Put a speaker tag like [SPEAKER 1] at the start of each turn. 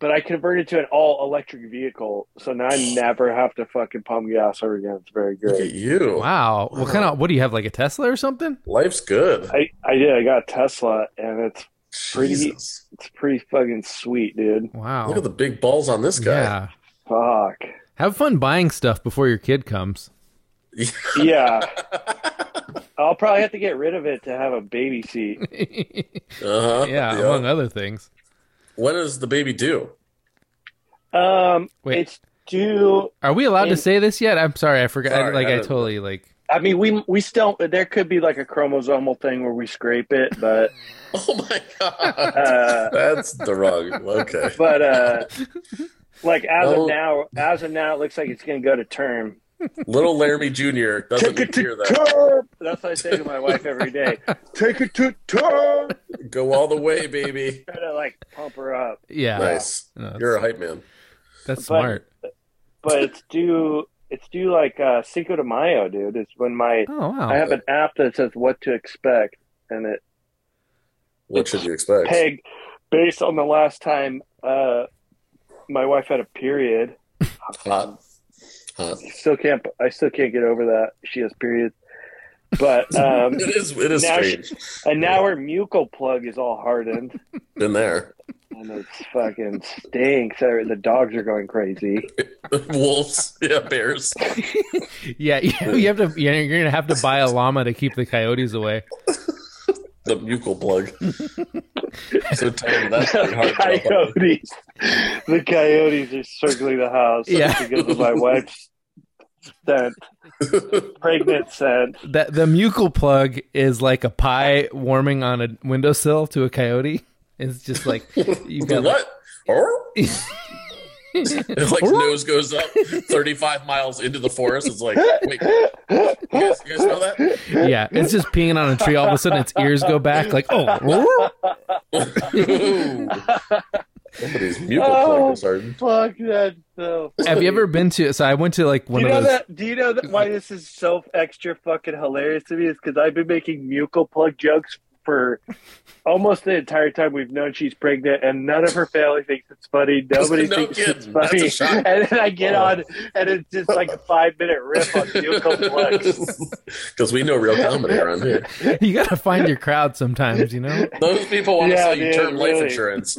[SPEAKER 1] But I converted to an all electric vehicle, so now I never have to fucking pump gas ever again. It's very
[SPEAKER 2] Look
[SPEAKER 1] good.
[SPEAKER 2] at you.
[SPEAKER 3] Wow. What kind of? What do you have? Like a Tesla or something?
[SPEAKER 2] Life's good.
[SPEAKER 1] I, I did. I got a Tesla, and it's pretty-
[SPEAKER 2] Jesus.
[SPEAKER 1] it's pretty fucking sweet, dude.
[SPEAKER 3] Wow.
[SPEAKER 2] Look at the big balls on this guy.
[SPEAKER 3] Oh. Yeah.
[SPEAKER 1] Fuck.
[SPEAKER 3] Have fun buying stuff before your kid comes.
[SPEAKER 1] Yeah. I'll probably have to get rid of it to have a baby seat.
[SPEAKER 2] Oh, Uh-huh.
[SPEAKER 3] yeah,
[SPEAKER 2] Yep.
[SPEAKER 3] among other things.
[SPEAKER 2] What does the baby do?
[SPEAKER 1] Um,
[SPEAKER 3] Wait.
[SPEAKER 1] it's due.
[SPEAKER 3] Are we allowed to
[SPEAKER 1] And-
[SPEAKER 3] say this yet? I'm sorry, I forgot. I-
[SPEAKER 2] Sorry,
[SPEAKER 3] like
[SPEAKER 2] I
[SPEAKER 3] I,
[SPEAKER 2] don't-
[SPEAKER 3] totally like.
[SPEAKER 1] I mean, we we still there could be like a chromosomal thing where we scrape it, but
[SPEAKER 2] Oh my god.
[SPEAKER 1] uh,
[SPEAKER 2] That's the wrong. Okay.
[SPEAKER 1] but uh, like as
[SPEAKER 2] Well-
[SPEAKER 1] of now, as of now, it looks like it's gonna go to term.
[SPEAKER 2] Little Laramie Jr. doesn't
[SPEAKER 1] Take it to
[SPEAKER 2] hear that.
[SPEAKER 1] term. That's what I say to my wife every day. Take it to term.
[SPEAKER 2] Go all the way, baby.
[SPEAKER 1] Try to like pump her up,
[SPEAKER 3] Yeah.
[SPEAKER 2] Nice.
[SPEAKER 3] No, that's,
[SPEAKER 2] You're a hype man.
[SPEAKER 3] that's
[SPEAKER 1] but-
[SPEAKER 3] smart.
[SPEAKER 1] but it's due. It's due like uh, Cinco de Mayo, dude. It's when my
[SPEAKER 3] Oh wow.
[SPEAKER 1] I have an app that says what to expect, and it
[SPEAKER 2] What should you expect?
[SPEAKER 1] pegged based on the last time uh, my wife had a period.
[SPEAKER 2] Hot. Hot.
[SPEAKER 1] Still can't. I still can't get over that she has periods. But um,
[SPEAKER 2] It is. It is
[SPEAKER 1] Now she-
[SPEAKER 2] strange.
[SPEAKER 1] and now her mucal plug is all hardened,
[SPEAKER 2] Been there.
[SPEAKER 1] and it's fucking stinks. Every- The dogs are going crazy.
[SPEAKER 2] Wolves. Yeah. Bears.
[SPEAKER 3] yeah, yeah. You have to. Yeah, you're gonna have to buy a llama to keep the coyotes away.
[SPEAKER 2] The mucal plug. so Tom, that's pretty hard. to wrap up.
[SPEAKER 1] coyotes. The coyotes are circling the house
[SPEAKER 3] Yeah.
[SPEAKER 1] because of my wife's scent, pregnant scent.
[SPEAKER 3] That the mucal plug is like a pie warming on a windowsill to a coyote. It's just like you got
[SPEAKER 2] what? Or it's like nose goes up 35 miles into the forest. It's like, wait, you guys, you guys know that?
[SPEAKER 3] yeah. It's just peeing on a tree. All of a sudden, its ears go back. Like oh,
[SPEAKER 2] Ooh. Somebody's mucal plug
[SPEAKER 1] Oh.
[SPEAKER 2] is hardened.
[SPEAKER 1] Fuck that so
[SPEAKER 3] have you ever been to? So I went to like
[SPEAKER 1] Do
[SPEAKER 3] one
[SPEAKER 1] you
[SPEAKER 3] of
[SPEAKER 1] know
[SPEAKER 3] those.
[SPEAKER 1] that? Do you know that why this is so extra fucking hilarious to me? Is because I've been making mucal plug jokes for almost the entire time we've known she's pregnant, and none of her family thinks it's funny. Nobody
[SPEAKER 2] No
[SPEAKER 1] thinks it's
[SPEAKER 2] kidding. That's a
[SPEAKER 1] funny.
[SPEAKER 2] shock. Oh.
[SPEAKER 1] And then I get on, and it's just like a five minute riff on mucal plug.
[SPEAKER 2] Because we know real comedy around here.
[SPEAKER 3] You gotta find your crowd sometimes. You know.
[SPEAKER 2] Those people want to
[SPEAKER 1] Yeah,
[SPEAKER 2] sell you
[SPEAKER 1] dude,
[SPEAKER 2] term life
[SPEAKER 1] really.
[SPEAKER 2] insurance.